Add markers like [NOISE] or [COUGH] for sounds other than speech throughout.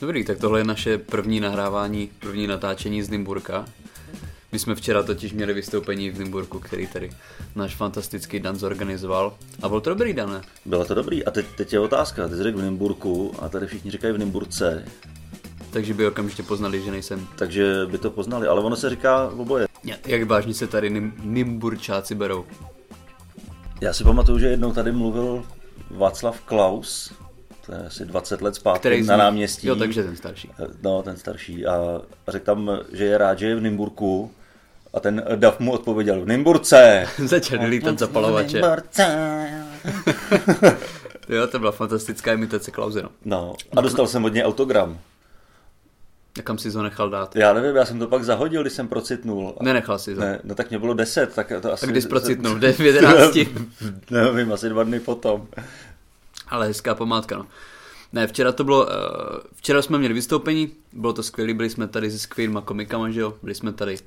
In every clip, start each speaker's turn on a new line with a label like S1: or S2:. S1: Dobrý, tak tohle je naše první nahrávání, první natáčení z Nymburka. My jsme včera totiž měli vystoupení v Nymburku, který tady náš fantastický Dan zorganizoval. A byl to dobrý, Dan.
S2: Bylo to dobrý. A teď, teď je otázka. Ty jsi řekl v Nymburku a tady všichni říkají v Nymburce.
S1: Takže by okamžitě poznali, že nejsem.
S2: Takže by to poznali. Ale ono se říká oboje.
S1: Ja- Jak vážně se tady nim- Nymburčáci berou.
S2: Já si pamatuju, že jednou tady mluvil Václav Klaus, to je asi 20 let zpátky,
S1: Který
S2: na
S1: z nich-
S2: náměstí.
S1: Jo, takže ten starší. [LAUGHS]
S2: No, ten starší. A řekl tam, že je rád, že je v Nymburku. A ten Dav mu odpověděl, v Nymburce.
S1: [LAUGHS] Začali lítat zapalovače. Jo, to byla fantastická imitace Klausena.
S2: No, a dostal jsem od něj autogram.
S1: A kam si ho nechal dát?
S2: Já nevím, já jsem to pak zahodil, když jsem procitnul.
S1: Nenechal si to.
S2: Ne, no tak mě bylo 10, tak to asi...
S1: A kdy jsi procitnul? V 11.
S2: [LAUGHS] Nevím, asi dva dny potom.
S1: Ale hezká památka, no. Ne, včera to bylo, uh, včera jsme měli vystoupení, bylo to skvělé, byli jsme tady se skvělýma komikama, že jo, byli jsme tady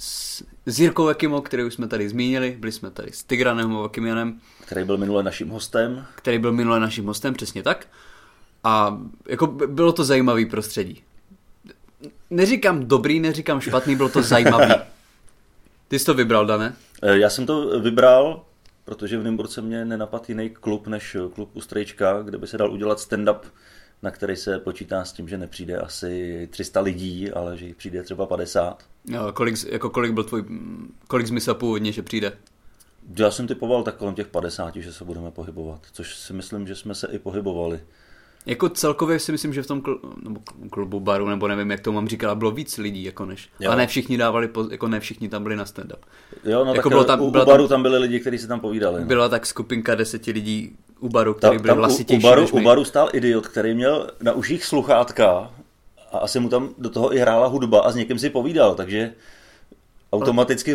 S1: s, s Jirkou Vakimo, který už jsme tady zmínili, byli jsme tady s Tigranem Vakimianem,
S2: Který byl minule naším hostem.
S1: který byl minule naším hostem, přesně tak. A jako by- bylo to zajímavý prostředí. Neříkám dobrý, neříkám špatný, bylo to zajímavý. Ty jsi to vybral, Dane?
S2: E, Já jsem to vybral, protože v Nymburce mě nenapadl jiný klub než eh, klub u Strejčka, kde by se dal udělat stand-up, na který se počítá s tím, že nepřijde asi 300 lidí, ale že jich přijde třeba 50.
S1: Jo, kolik, jako kolik byl tvůj, mm, kolik jsi myslel původně, že přijde?
S2: Já jsem typoval tak kolem těch 50, že se budeme pohybovat, což si myslím, že jsme se i pohybovali.
S1: Jako celkově si myslím, že v tom kl- nebo k- klubu baru, nebo nevím, jak to mám říkala, bylo víc lidí, jako než.
S2: Jo.
S1: A ne všichni dávali, poz- jako ne všichni tam byli na stand-up.
S2: Jo,
S1: Jako
S2: no tak
S1: bylo
S2: bylo
S1: tam-
S2: tam, u,
S1: byla
S2: u
S1: tam-
S2: baru tam byli lidi, kteří se tam povídali. No.
S1: Byla tak skupinka deseti lidí u baru,
S2: Ta,
S1: který byli
S2: tam u, u,
S1: hlasitější
S2: baru,
S1: než my.
S2: u baru stál idiot, který měl na uších sluchátka a asi mu tam do toho i hrála hudba a s někým si povídal, takže automaticky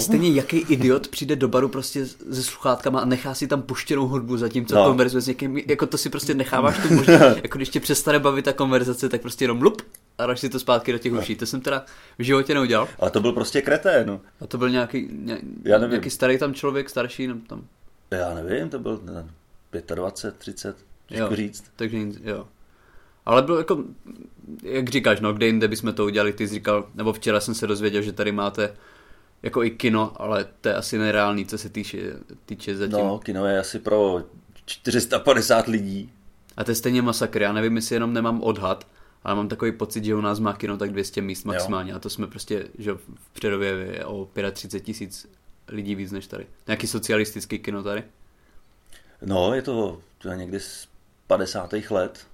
S1: [LAUGHS] Stejně jaký idiot přijde do baru prostě se sluchátkama a nechá si tam puštěnou hudbu zatímco no.
S2: No.
S1: konverzuje s někým, jako to si prostě necháváš tu
S2: [LAUGHS]
S1: možnost, jako když tě přestane bavit ta konverzace, tak prostě jenom lup a dáš si to zpátky do těch uší. To jsem teda v životě neudělal.
S2: Ale to byl prostě kretén.
S1: A to byl nějaký, ně,
S2: Já nevím.
S1: nějaký starý tam člověk, starší, nebo tam
S2: Já nevím, to byl ne, 25, 30, těžko
S1: Jo.
S2: říct.
S1: Takže nic, jo. Ale bylo jako, jak říkáš, no, kde jinde bychom to udělali, ty jsi říkal, nebo včera jsem se dozvěděl, že tady máte jako i kino, ale to je asi nereálný, co se týče, týče zatím. No.
S2: No, kino je asi pro 450 lidí.
S1: A to je stejně masakr, já nevím, jestli jenom nemám odhad, ale mám takový pocit, že u nás má kino tak 200 míst maximálně a to jsme prostě, že jo, v Přerově je o 35 tisíc lidí víc než tady. Nějaký socialistický kino tady.
S2: No, je to, to je někdy z 50. let.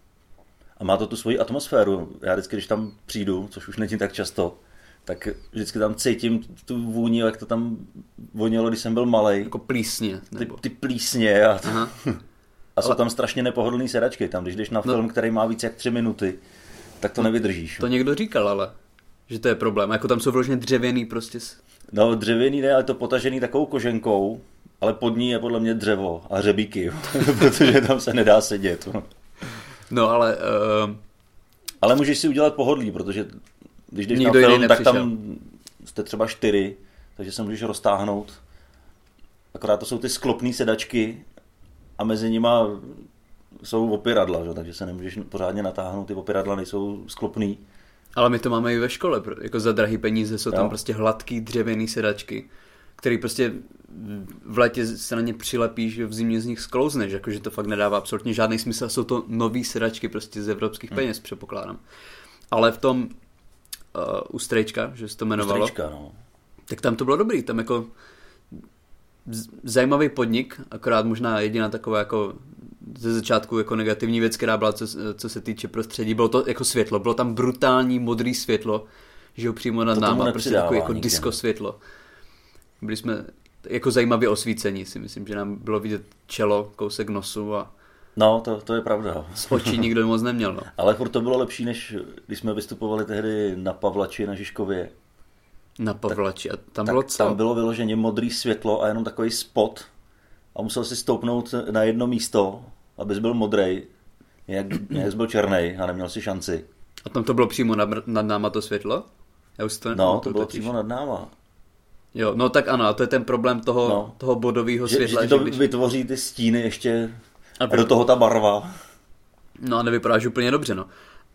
S2: A má to tu svoji atmosféru. Já vždycky, když tam přijdu, což už není tak často, tak vždycky tam cítím tu vůni, jak to tam vonělo, když jsem byl malý.
S1: Jako plísně.
S2: Ty,
S1: Nebo...
S2: ty plísně a,
S1: Aha.
S2: a jsou tam strašně nepohodlný sedačky. Tam, když jdeš na film, který má víc jak tři minuty, tak to nevydržíš.
S1: To někdo říkal, ale že to je problém. Jako tam jsou vložně dřevěný prostě s-
S2: No, dřevěný ne, ale to potažený takovou koženkou, ale pod ní je podle mě dřevo a řebíky, [LAUGHS] protože tam se nedá sedět.
S1: No ale uh,
S2: Ale můžeš si udělat pohodlí, protože když jdeš
S1: Nikdo
S2: na
S1: jiný
S2: film, tak
S1: nepřišel.
S2: tam jste třeba čtyři, takže se můžeš roztáhnout. Akorát to jsou ty sklopné sedačky a mezi nima jsou opěradla, že? takže se nemůžeš pořádně natáhnout, ty opěradla nejsou sklopný.
S1: ale my to máme i ve škole, pro- jako za drahý peníze jsou tam
S2: Jo.
S1: prostě hladký dřevěný sedačky, který prostě v létě se na ně přilepíš, v zimě z nich sklouzneš, jakože to fakt nedává absolutně žádný smysl. Jsou to nový sedačky prostě z evropských peněz, předpokládám. Ale v tom uh, u Strejčka, že se to jmenovalo,
S2: Trička, no.
S1: Tak tam to bylo dobrý, tam jako z- zajímavý podnik, akorát možná jediná taková jako ze začátku jako negativní věc, která byla co, co se týče prostředí, bylo to jako světlo, bylo tam brutální modrý světlo, že jo, přímo nad
S2: To tomu
S1: náma, prostě
S2: nepřidává
S1: takový jako
S2: nikdy.
S1: disco světlo. Byli jsme jako zajímavě osvícení, si myslím, že nám bylo vidět čelo, kousek nosu a
S2: No, to, to je pravda.
S1: Z
S2: [LAUGHS]
S1: očí nikdo moc neměl. No.
S2: Ale furt to bylo lepší, než když jsme vystupovali tehdy na Pavlači na Žižkově.
S1: Na Pavlači. A tam
S2: Tak
S1: bylo co?
S2: tam bylo vyloženě modrý světlo a jenom takový spot a musel si stoupnout na jedno místo, abys byl modrej,
S1: [CLEARS THROAT]
S2: jak, jak jsi byl černý a neměl si šanci.
S1: A tam to bylo přímo nad, nad náma to světlo? Já už si to
S2: No, to
S1: nepamatuju
S2: bylo
S1: totiž.
S2: přímo nad náma.
S1: Jo, no tak ano, a to je ten problém toho,
S2: No.
S1: no. toho bodového
S2: Že, že
S1: světla.
S2: ti
S1: Že,
S2: to
S1: když...
S2: vytvoří ty stíny ještě
S1: A
S2: a do toho ta barva.
S1: No a nevypadáš úplně dobře, no.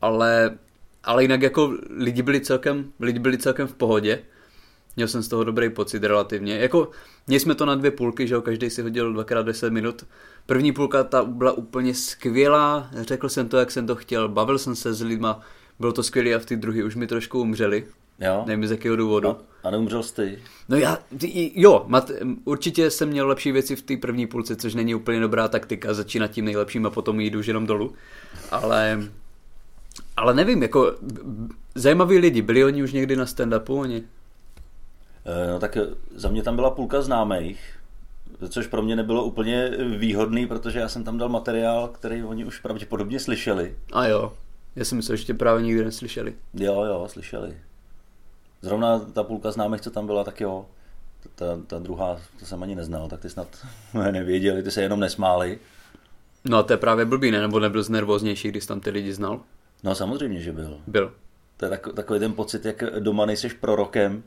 S1: Ale, ale jinak jako lidi byli, celkem, lidi byli celkem v pohodě. Měl jsem z toho dobrý pocit relativně. Jako, měli jsme to na dvě půlky, že jo, každý si hodil dvakrát 10 minut. První půlka ta byla úplně skvělá, řekl jsem to, jak jsem to chtěl, bavil jsem se s lidma, bylo to skvělé a v té druhé už mi trošku umřeli.
S2: Jo?
S1: Nevím z jakého důvodu.
S2: A, a neumřel jsi ty.
S1: No já, ty- jo, mat, určitě jsem měl lepší věci v té první půlce, což není úplně dobrá taktika, začínat tím nejlepším a potom jít už jenom dolů, ale, ale nevím, jako b- b- zajímaví lidi, byli oni už někdy na stand-upu, oni?
S2: Eh, No tak za mě tam byla půlka známých, což pro mě nebylo úplně výhodný, protože já jsem tam dal materiál, který oni už pravděpodobně slyšeli.
S1: A jo, já jsem myslel, že tě právě nikdy neslyšeli.
S2: Jo, jo, slyšeli. Zrovna ta půlka známých, co tam byla, tak jo. Ta, ta druhá, to jsem ani neznal, tak ty snad [LAUGHS] nevěděli, ty se jenom nesmáli.
S1: No a to je právě blbý, ne? Nebo nebyl znervóznější, když jsi tam ty lidi znal?
S2: No samozřejmě, že byl.
S1: Byl.
S2: To je tak, takový ten pocit, jak doma nejseš prorokem.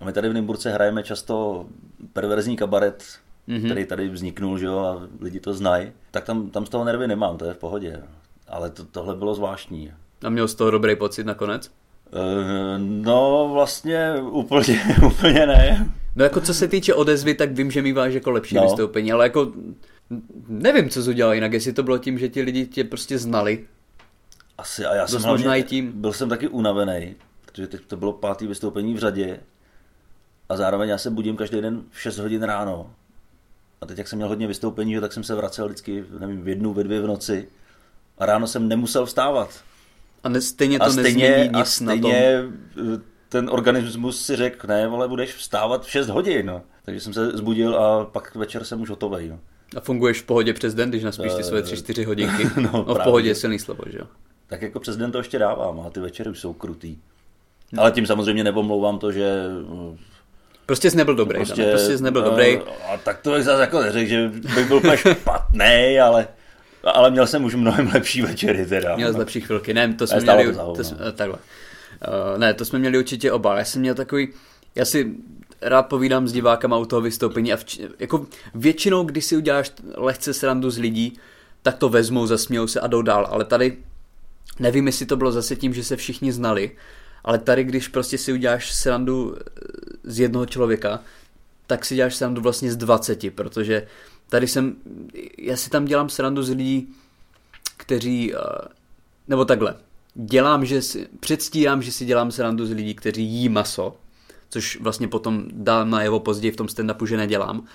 S2: A my tady v Nymburce hrajeme často perverzní kabaret, mm-hmm. který tady vzniknul, že jo, a lidi to znají. Tak tam, tam z toho nervy nemám, to je v pohodě. Ale to, tohle bylo zvláštní.
S1: A měl z toho dobrý pocit nakonec?
S2: Eh, No vlastně úplně, [LAUGHS] úplně ne.
S1: No jako co se týče odezvy, tak vím, že mýváš jako lepší
S2: No.
S1: no. vystoupení, ale jako nevím, co jsi udělal jinak, jestli to bylo tím, že ti lidi tě prostě znali,
S2: Asi a já jsem
S1: Dost možná i tím.
S2: byl jsem taky unavený, protože teď to bylo pátý vystoupení v řadě a zároveň já se budím každý den v 6 hodin ráno. A teď, jak jsem měl hodně vystoupení, že, tak jsem se vracel vždycky, nevím, v jednu, ve dvě v noci. A ráno jsem nemusel vstávat.
S1: A ne, stejně to
S2: A stejně,
S1: nezmění
S2: a
S1: nic na tom.
S2: stejně eh, ten organismus si řekl, ne, vole, budeš vstávat v 6 hodin. No. Takže jsem se zbudil a pak večer jsem už hotovej. No.
S1: A funguješ v pohodě přes den, když naspíš ty svoje 3-4 hodinky.
S2: [LAUGHS] no,
S1: No, no v
S2: právě.
S1: pohodě je silný slovo, že jo.
S2: Tak jako přes den to ještě dávám, a ty večery už jsou krutý.
S1: No.
S2: Ale tím samozřejmě nepomlouvám to, že eh,
S1: Prostě jsi nebyl dobrý, prostě, prostě jsi nebyl
S2: no,
S1: dobrý.
S2: A tak to bych zase jako neřekl, že bych byl úplně špatný, ale, ale měl jsem už mnohem lepší večery teda.
S1: Měl z lepší chvilky. Ne, to jsme
S2: Ale stálo
S1: měli...
S2: to za hovno.
S1: To jsme, eh, takhle. Uh, ne, to jsme měli určitě oba. Já jsem měl takový... Já si rád povídám s divákama u toho vystoupení a vč, jako většinou, když si uděláš lehce srandu z lidí, tak to vezmou, zasmějou se a jdou dál. Ale tady nevím, jestli to bylo zase tím, že se všichni znali, ale tady, když prostě si uděláš srandu eh, z jednoho člověka, tak si děláš srandu vlastně z 20, protože tady jsem, já si tam dělám srandu z lidí, kteří, eh, nebo takhle, dělám, že si, předstírám, že si dělám srandu z lidí, kteří jí maso, což vlastně potom dám najevo později v tom stand-upu, že nedělám,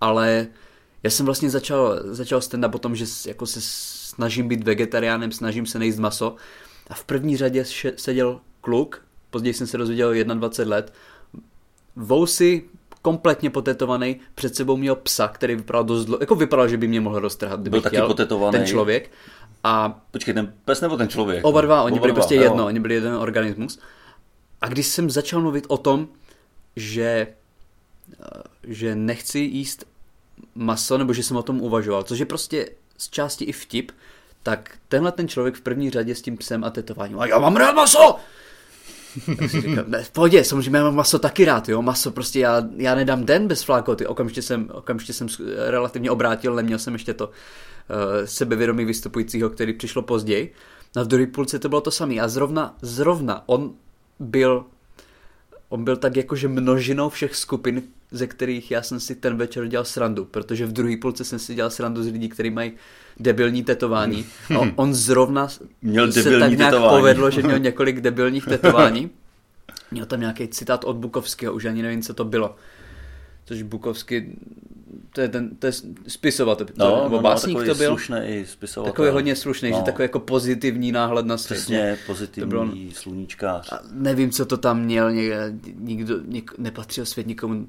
S1: ale já jsem vlastně začal, začal stand-up o tom, že s- jako se snažím být vegetariánem, snažím se nejíst maso a v první řadě še- seděl kluk, později jsem se dozvěděl 21 let, vousy kompletně potetovaný, před sebou měl psa, který vypadal dost dlo... jako vypadal, že by mě mohl roztrhat, kdyby
S2: Byl taky
S1: chtěl,
S2: potetovaný.
S1: ten člověk. A
S2: Počkej, ten pes nebo ten člověk?
S1: Oba dva, oni byli prostě
S2: jo.
S1: jedno, oni byli jeden organismus. A když jsem začal mluvit o tom, že, eh, že nechci jíst maso, nebo že jsem o tom uvažoval, což je prostě z části i vtip, tak tenhle ten člověk v první řadě s tím psem a tetováním, a já mám rád maso! Tak si říkám, ne, v pohodě, samozřejmě já mám maso taky rád, jo, maso prostě já, já nedám den bez flákoty, okamžitě jsem, okamžitě jsem s- relativně obrátil, neměl jsem ještě to uh, sebevědomí vystupujícího, který přišlo později. Na v druhé půlce to bylo to samé a zrovna, zrovna on byl on byl tak jakože množinou všech skupin, ze kterých já jsem si ten večer dělal srandu, protože v druhé půlce jsem si dělal srandu z lidí, kteří mají debilní tetování.
S2: [LAUGHS]
S1: A on- on zrovna
S2: Měl
S1: se
S2: debilní
S1: tak nějak
S2: tetování.
S1: povedlo, že
S2: [LAUGHS]
S1: měl několik debilních tetování. Měl tam nějaký citát od Bukovského, už ani nevím, co to bylo. Což Bukovský, to je, ten, to je spisovatel, to, no, nebo básník
S2: takový
S1: to byl.
S2: slušnej spisovatel.
S1: Takový hodně slušný,
S2: No.
S1: že takový jako pozitivní náhled na svět.
S2: Přesně,
S1: To bylo-
S2: pozitivní sluníčkář.
S1: A nevím, co to tam měl, ně- nikdo, něk, nepatřil svět nikomu,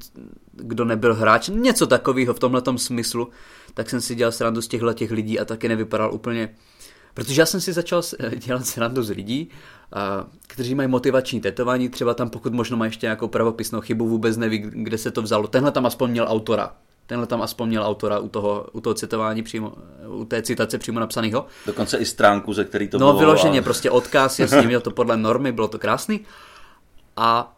S1: kdo nebyl hráč, něco takového v tomhle smyslu, tak jsem si dělal srandu z těchto těch lidí a taky nevypadal úplně, protože já jsem si začal s- [LAUGHS] dělat srandu z lidí, a, kteří mají motivační tetování, třeba tam pokud možno má ještě nějakou pravopisnou chybu, vůbec neví, kde se to vzalo, tenhle tam aspoň měl autora. Tenhle tam aspoň měl autora u toho, u toho citování přímo, u té citace přímo napsanýho.
S2: Dokonce i stránku, ze který to
S1: No,
S2: bylo. a-
S1: vyloženě, prostě odkaz, jasně, měl to podle normy, bylo to krásný. A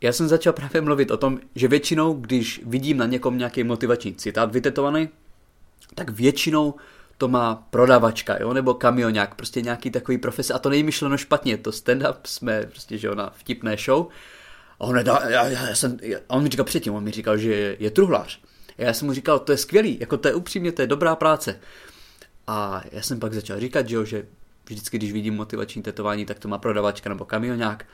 S1: já jsem začal právě mluvit o tom, že většinou, když vidím na někom nějaký motivační citát vytetovaný, tak většinou to má prodavačka, jo, nebo kamionák, prostě nějaký takový profese. A to není myšleno špatně, je to stand-up, jsme prostě, že jo, na vtipné show. A on, nedá, já, já, já jsem, já- a on mi říkal předtím, on mi říkal, že je, je truhlář. A já jsem mu říkal, to je skvělý, jako to je upřímně, to je dobrá práce. A já jsem pak začal říkat, že, jo, že vždycky, když vidím motivační tetování, tak to má prodavačka nebo kamionák.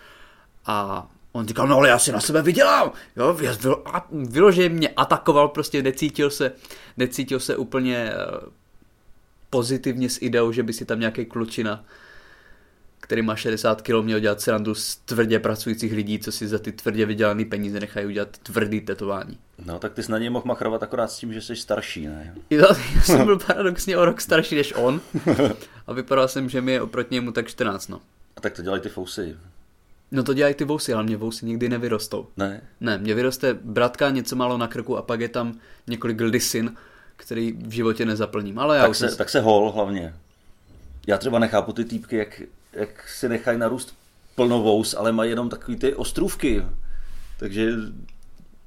S1: A on říkal, no ale já si na sebe vydělám. Jo, já vylo- a- vyloženě mě atakoval, prostě necítil se, necítil se úplně eh, pozitivně s ideou, že by si tam nějaký klučina, který má 60 kg, měl dělat srandu z tvrdě pracujících lidí, co si za ty tvrdě vydělané peníze nechají udělat tvrdý tetování.
S2: No, tak ty jsi na něj mohl machrovat akorát s tím, že jsi starší, ne?
S1: Jo, [LAUGHS] já jsem
S2: [LAUGHS]
S1: byl paradoxně o rok starší než on a vypadal jsem, že mi je oproti němu tak 14, no.
S2: A tak to dělají ty fousy.
S1: No to dělají ty vousy, ale mě vousy nikdy nevyrostou.
S2: Ne?
S1: Ne, mě vyroste bratka, něco málo na krku a pak je tam několik lisin, který v životě nezaplním. Ale já
S2: Tak
S1: už
S2: se,
S1: jsem...
S2: tak se hol hlavně. Já třeba nechápu ty týpky, jak, jak si nechají narůst plno vous, ale mají jenom takový ty ostrůvky. Takže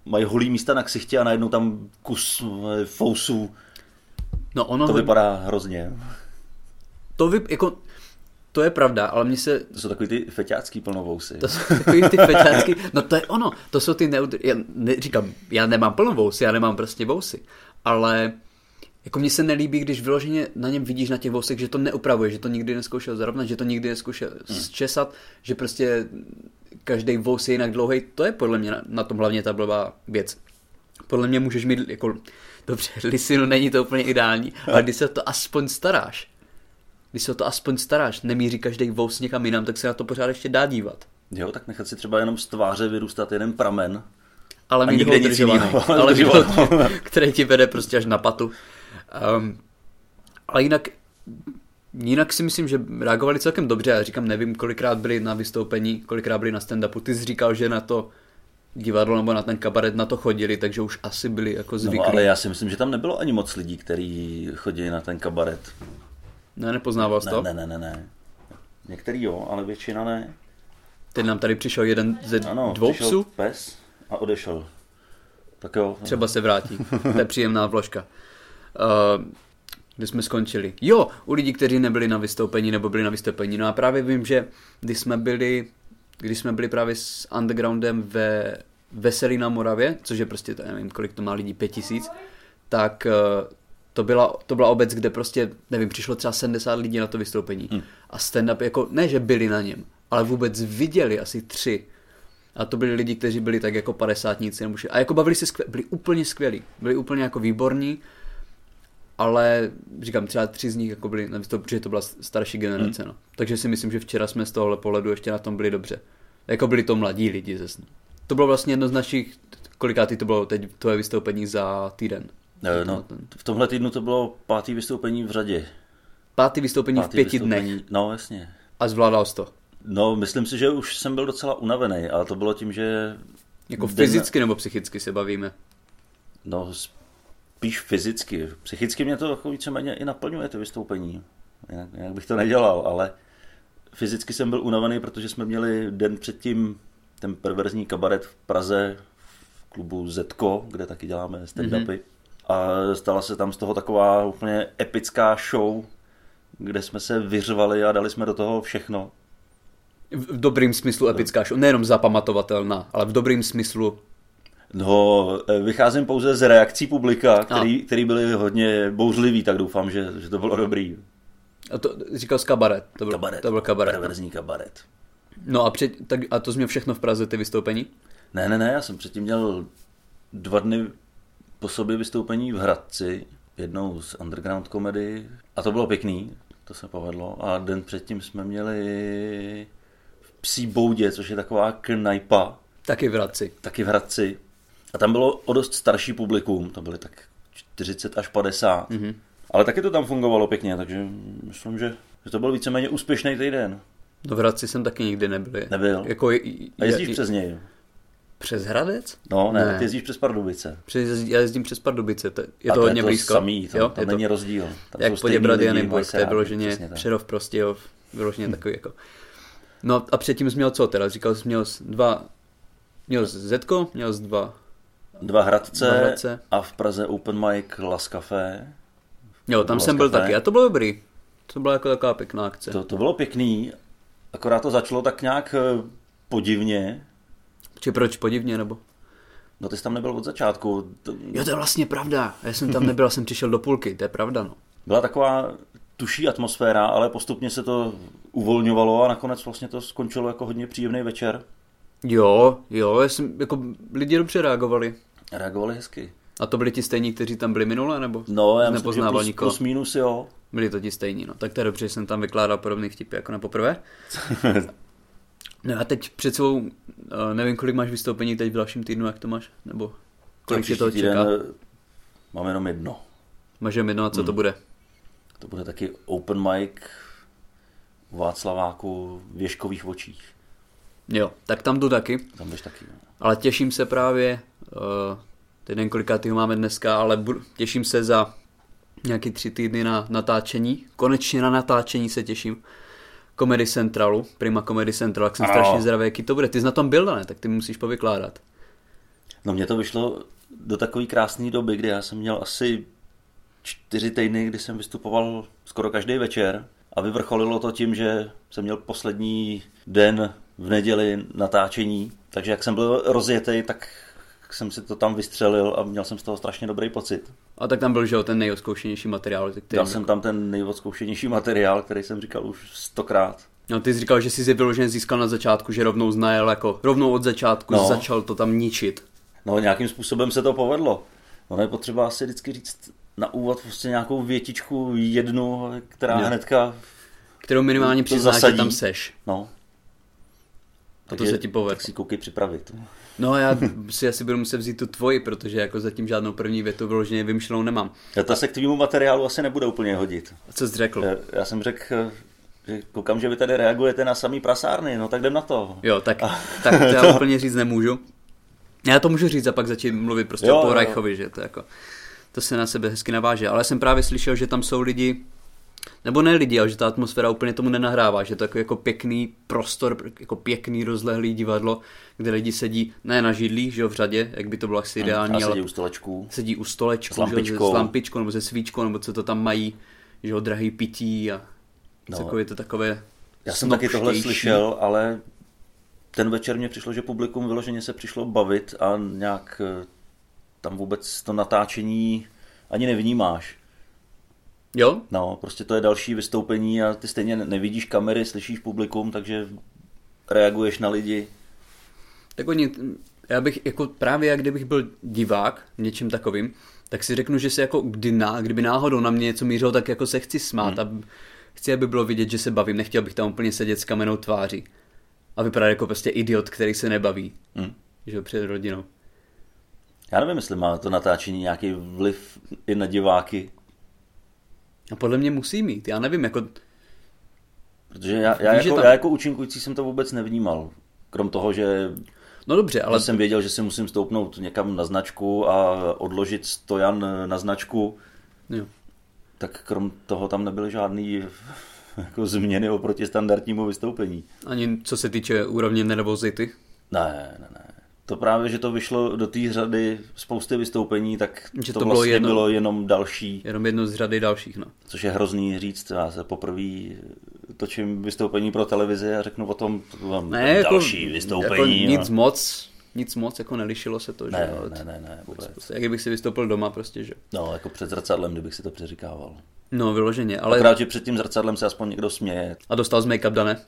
S2: mají holý místa na ksichtě a najednou tam kus eh, fousů.
S1: No ono...
S2: To
S1: To,
S2: vypadá hrozně.
S1: to vy... jako... To je pravda, ale mně se
S2: To jsou takový ty feťácký plnovousy.
S1: To jsou takový ty feťácky, no to je ono, to jsou ty neudr... já ne, říkám, já nemám plnou vousy, já nemám prostě vousy, ale jako mně se nelíbí, když vyloženě na něm vidíš na těch vousech, že to neupravuje, že to nikdy neskoušel zarovnat, že to nikdy neskoušel zčesat, že prostě každý vous je jinak dlouhý, to je podle mě na, na tom hlavně ta blbá věc. Podle mě můžeš mít jako, dobře, [LAUGHS] lisinu není to úplně ideální, ale když se o to aspoň staráš, když se o to aspoň staráš, nemíří každý vous někam jinam, tak se na to pořád ještě dá dívat.
S2: Jo, tak nechat si třeba jenom z tváře vyrůstat jeden pramen.
S1: Ale
S2: A
S1: mít
S2: nikde
S1: ho
S2: nic
S1: udržovaný.
S2: jiného, ale [LAUGHS]
S1: Ale mít ho,
S2: udržovaný.
S1: [LAUGHS] který ti vede prostě až na patu. Um, ale jinak, jinak si myslím, že reagovali celkem dobře. Já říkám, nevím, kolikrát byli na vystoupení, kolikrát byli na stand-upu. Ty jsi říkal, že na to divadlo nebo na ten kabaret na to chodili, takže už asi byli jako zvyklí.
S2: No, ale já si myslím, že tam nebylo ani moc lidí, kteří chodí na ten kabaret.
S1: Ne, nepoznával jsi to?
S2: Ne, ne, ne, ne, ne. Některý jo, ale většina ne.
S1: Teď nám tady přišel jeden ze
S2: Ano,
S1: dvou
S2: přišel
S1: psů.
S2: pes a odešel. Tak jo.
S1: [LAUGHS] Třeba se vrátí. To je příjemná vložka. Uh, kde jsme skončili? Jo, u lidí, kteří nebyli na vystoupení nebo byli na vystoupení. No a právě vím, že když jsme byli, když jsme byli právě s Undergroundem ve Veselí na Moravě, což je prostě, to já nevím, kolik to má lidí, pět tisíc, tak eh, to byla, to byla obec, kde prostě, nevím, přišlo třeba 70 lidí na to vystoupení. Hmm. A stand-up, jako, ne, že byli na něm, ale vůbec viděli asi tři. A to byli lidi, kteří byli tak jako padesátníci nebo ši- A jako bavili se skvěle, byli úplně skvělí, byli úplně jako výborní, ale říkám, třeba tři z nich jako byli, na vystoupení, protože to byla starší generace,
S2: Hmm.
S1: no. Takže si myslím, že včera jsme z tohohle pohledu ještě na tom byli dobře. Jako byli to mladí lidi ze snu. To bylo vlastně jedno z našich, kolikátý to bylo teď tvoje vystoupení za týden?
S2: Ne, no, v tomhle týdnu to bylo pátý vystoupení v řadě.
S1: Pátý vystoupení
S2: Pátý
S1: v pěti
S2: vystoupení-
S1: dnech
S2: No, jasně.
S1: a zvládal jsi to.
S2: No, myslím si, že už jsem byl docela unavený, ale to bylo tím, že...
S1: Jako
S2: den-
S1: fyzicky nebo psychicky se bavíme.
S2: No, spíš fyzicky. Psychicky mě to jako víceméně i naplňuje ty vystoupení. Jinak, jinak bych to nedělal, ale fyzicky jsem byl unavený, protože jsme měli den předtím ten perverzní kabaret v Praze v klubu Zetko, kde taky děláme stand-upy. Mm-hmm. A stala se tam z toho taková úplně epická show, kde jsme se vyřvali a dali jsme do toho všechno.
S1: V v dobrým smyslu epická show, nejenom zapamatovatelná, ale v dobrým smyslu.
S2: No, eh, vycházím pouze z reakcí publika, který, který byli hodně bouřlivý, tak doufám, že, že to bylo dobrý.
S1: A to říkal z kabaret. To byl
S2: Kabaret.
S1: To byl kabaret.
S2: Perverzní kabaret.
S1: No a, před, tak, a to jsi měl všechno v Praze, ty vystoupení?
S2: Ne, ne, ne, já jsem předtím měl dva dny po sobě vystoupení v Hradci, jednou z underground komedy, a to bylo pěkný, to se povedlo. A den předtím jsme měli v Psí boudě, což je taková knajpa,
S1: Taky v Hradci.
S2: taky v Hradci. A tam bylo o dost starší publikum, to byly tak 40 až 50.
S1: Mhm.
S2: Mm-hmm. Ale taky to tam fungovalo pěkně, takže myslím, že, že to byl víceméně úspěšný týden.
S1: No v Hradci jsem taky nikdy nebyl.
S2: Nebyl.
S1: Jako, je-
S2: A jezdíš
S1: je-
S2: přes něj?
S1: Přes Hradec?
S2: No, ne,
S1: Ne.
S2: ne. ty jezdíš přes Pardubice.
S1: Přes, já jezdím přes Pardubice, to, je
S2: A
S1: to
S2: je
S1: hodně
S2: to
S1: blízko.
S2: Samý, tam,
S1: jo,
S2: tam
S1: je
S2: není
S1: to,
S2: rozdíl. Tam
S1: jak
S2: jsou stejný
S1: Poděbrady
S2: lidi,
S1: a
S2: mají
S1: Nymburk, to je
S2: seráky,
S1: vyloženě
S2: přesně tak. Hm.
S1: Přerov prostě, jo, vyloženě takový jako. No a předtím jsi měl co teda? Říkal jsi, měl jsi dva, měl jsi Zetko, měl jsi dva,
S2: Dva hradce,
S1: Dva Hradce.
S2: a v Praze open mic Las Café.
S1: jo, tam
S2: bylo
S1: jsem byl
S2: skvělé.
S1: taky a to bylo dobrý. To byla jako taková pěkná akce.
S2: To, to bylo pěkný, akorát to začalo tak nějak eh, podivně.
S1: Či proč podivně, nebo?
S2: No ty jsi tam nebyl od začátku. To-
S1: Jo, to je vlastně pravda. Já jsem tam nebyl, já jsem přišel do půlky, to je pravda, no.
S2: Byla taková tuší atmosféra, ale postupně se to uvolňovalo a nakonec vlastně to skončilo jako hodně příjemný večer.
S1: Jo, jo, já jsem, jako lidi dobře reagovali.
S2: Reagovali hezky.
S1: A to byli ti stejní, kteří tam byli minule, nebo
S2: No, já myslím, že
S1: nepoznával
S2: plus,
S1: nikoho?
S2: plus
S1: [LAUGHS]
S2: minus jo.
S1: Byli to ti stejní, no. Tak to je dobře, že jsem tam vykládal podobný vtipy jako na poprvé. No a teď před svou, eh, nevím, kolik máš vystoupení teď v dalším týdnu, jak to máš? Nebo kolik tě
S2: Příští
S1: toho čeká?
S2: týden, eh, mm. Mám jenom jedno.
S1: Máš jenom jedno a co to bude?
S2: To bude taky open mic u Václaváku v Věškových očích.
S1: Jo, tak tam jdu taky,
S2: Tam budeš taky. no.
S1: ale těším se právě, eh, teď nevím, kolikátýho máme dneska, ale budu, těším se za nějaký tři týdny na natáčení. Konečně na natáčení se těším. Comedy Centralu, Prima Comedy Central, jak jsem
S2: Ano.
S1: strašně zdravý, jaký to bude. Ty jsi na tom byl, ne? Tak ty musíš povykládat.
S2: No mě to vyšlo do takové krásné doby, kdy já jsem měl asi čtyři týdny, kdy jsem vystupoval skoro každý večer a vyvrcholilo to tím, že jsem měl poslední den v neděli natáčení, takže jak jsem byl rozjetý, tak jsem si to tam vystřelil a měl jsem z toho strašně dobrý pocit.
S1: A tak tam byl, že jo, ten nejozkoušenější materiál. Tak ty,
S2: Dal jsem tam ten nejvodzkoušenější materiál, který jsem říkal už stokrát.
S1: no, ty jsi říkal, že jsi si vyloženě získal na začátku, že rovnou znajel, jako rovnou od začátku no.
S2: No.
S1: začal to tam ničit.
S2: No nějakým způsobem se to povedlo. Ono je potřeba si vždycky říct na úvod prostě nějakou větičku jednu, která
S1: Jo.
S2: hnedka
S1: Kterou minimálně
S2: To
S1: přiznáš, že
S2: zasadí.
S1: tam seš.
S2: No.
S1: A to se ti povedlo.
S2: Tak si koukej připravit.
S1: No a já si asi budu muset vzít tu tvoji, protože jako zatím žádnou první větu vyloženě vymyšlenou nemám.
S2: Já to se k tvýmu materiálu asi nebude úplně hodit.
S1: A co jsi řekl?
S2: Eh, Já jsem řekl, eh, že koukám, že vy tady reagujete na samý prasárny, no tak jdem na to.
S1: Jo, tak, tak to já úplně říct nemůžu. Já to můžu říct a pak začít mluvit prostě
S2: Jo,
S1: jo, o
S2: jo,
S1: Paul
S2: jo.
S1: Reichovi, že to jako, to se na sebe hezky naváže. Ale já jsem právě slyšel, že tam jsou lidi, nebo ne lidi, ale že ta atmosféra úplně tomu nenahrává, že to je jako, jako pěkný prostor, jako pěkný rozlehlý divadlo, kde lidi sedí ne na židlích, že jo, v řadě, jak by to bylo asi
S2: A
S1: ideální, ale
S2: sedí u stolečků.
S1: sedí u stolečku,
S2: S
S1: že jo,
S2: lampičkou.
S1: s lampičkou nebo se svíčkou, nebo co to tam mají, že jo, drahý pití a no.
S2: No.
S1: takové to takové
S2: Já jsem taky tohle
S1: snobštější.
S2: slyšel, ale ten večer mě přišlo, že publikum vyloženě se přišlo bavit a nějak eh, tam vůbec to natáčení ani nevnímáš.
S1: Jo,
S2: No, prostě to je další vystoupení a ty stejně nevidíš kamery, slyšíš publikum, takže reaguješ na lidi.
S1: Tak oni, já bych jako právě, jak kdybych byl divák něčím takovým, tak si řeknu, že se jako kdy ná, kdyby náhodou na mě něco mířilo, tak jako se chci smát hmm. a chci, aby bylo vidět, že se bavím. Nechtěl bych tam úplně sedět s kamenou tváří a vypadat jako prostě idiot, který se nebaví.
S2: Hmm.
S1: Že jo, před rodinou.
S2: Já nevím, jestli má to natáčení nějaký vliv i na diváky,
S1: A podle mě musí mít. Já nevím, jako
S2: protože já, já,
S1: Víš, že
S2: jako,
S1: tam-
S2: já jako účinkující jsem to vůbec nevnímal. Krom toho, že
S1: No dobře, ale
S2: ale... jsem věděl, že si musím stoupnout někam na značku a odložit stojan na značku,
S1: jo.
S2: tak krom toho tam nebyly žádný [LAUGHS] jako změny oproti standardnímu vystoupení.
S1: ani co se týče úrovně nervozity.
S2: Ne, ne, ne. To právě, že to vyšlo do té řady spousty vystoupení, tak
S1: Že
S2: že
S1: to
S2: to,
S1: bylo
S2: vlastně
S1: jedno.
S2: bylo jenom další,
S1: Jenom jedno z řady dalších, no.
S2: což je hrozný říct. Já se poprvé točím vystoupení pro televizi a řeknu o tom to mám
S1: Ne, jako,
S2: další vystoupení.
S1: Jako
S2: a-
S1: nic moc, nic moc, jako nelišilo se to, že
S2: ne,
S1: jo,
S2: ne, ne, ne, vůbec.
S1: Prostě, jak kdybych si vystoupil doma prostě, že?
S2: No, jako před zrcadlem, kdybych si to přeříkával.
S1: No, vyloženě, ale...
S2: Akorát, že před tím zrcadlem se aspoň někdo směje.
S1: A dostal z make-up, Dané.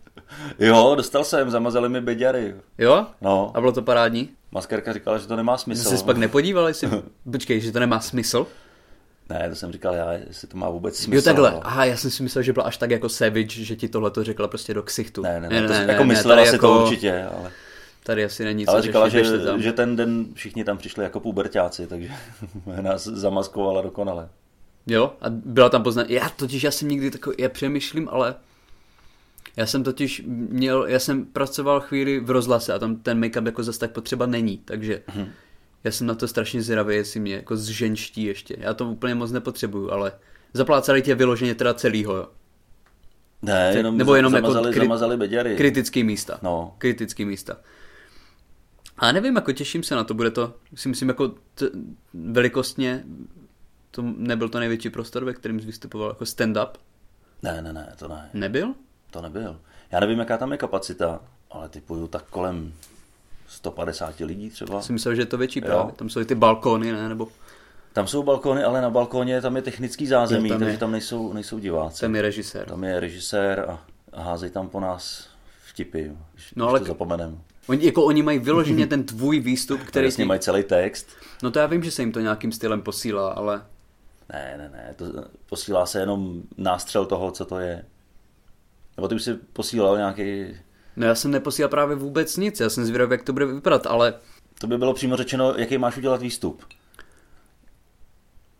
S2: Jo, dostal jsem, zamazali mi beďary.
S1: Jo?
S2: No,
S1: A bylo to parádní?
S2: Maskarka říkala, že to nemá smysl.
S1: Jsi se pak nepodíval,
S2: [LAUGHS]
S1: jestli... Počkej, že to nemá smysl?
S2: Ne, to jsem říkal já, jestli to má vůbec smysl.
S1: Jo, takhle.
S2: no.
S1: Aha, já jsem si myslel, že byla až tak jako savage, že ti tohle to řekla prostě do ksichtu.
S2: Ne, ne, ne, to, jako myslela
S1: tady
S2: si
S1: jako-
S2: to určitě, ale,
S1: Tady asi není co
S2: ale říkala,
S1: řešit,
S2: že,
S1: běžte tam.
S2: že ten den všichni tam přišli jako pubertáci, takže [LAUGHS] nás zamaskovala dokonale.
S1: Jo, a byla tam poznámka. Já totiž, já jsem nikdy takový, já přemýšlím, ale já jsem totiž měl, já jsem pracoval chvíli v rozhlase a tam ten make-up jako zas tak potřeba není, takže já jsem na to strašně zvědavý, jestli mě jako zženští ještě. Já to úplně moc nepotřebuju, ale zaplácali tě vyloženě teda celýho, jo.
S2: Ne, jenom,
S1: nebo jenom jako
S2: zamazali,
S1: kri-
S2: zamazali beďary.
S1: Kritický místa.
S2: No.
S1: Kritický místa. A nevím, jako těším se na to, bude to, si myslím, jako t- velikostně, to nebyl to největší prostor, ve kterém jsi vystupoval jako stand-up.
S2: Ne, ne, ne, to ne,
S1: Nebyl?
S2: to nebyl. Já nevím, jaká tam je kapacita, ale typuju tak kolem 150 lidí třeba.
S1: Jsem myslel, že je to větší
S2: Jo.
S1: právě. Tam jsou i ty balkóny, ne? Nebo
S2: Tam jsou balkony, ale na balkóně tam je technický zázemí,
S1: Jo, tam
S2: tam takže
S1: je.
S2: tam nejsou, nejsou diváci.
S1: tam je režisér.
S2: Tam je režisér a, a házej tam po nás vtipy, když
S1: No,
S2: no, ale...
S1: ale-
S2: to zapomenem.
S1: Oni, jako oni mají vyloženě ten tvůj výstup, který...
S2: Který s
S1: Ti...
S2: ním mají celý text.
S1: No to já vím, že se jim to nějakým stylem posílá, ale...
S2: Ne, ne, ne, to posílá se jenom nástřel toho, co to je. Nebo ty už si posílal nějaký...
S1: No já jsem neposílal právě vůbec nic, já jsem zvědavý, jak to bude vypadat, ale...
S2: To by bylo přímo řečeno, jaký máš udělat výstup.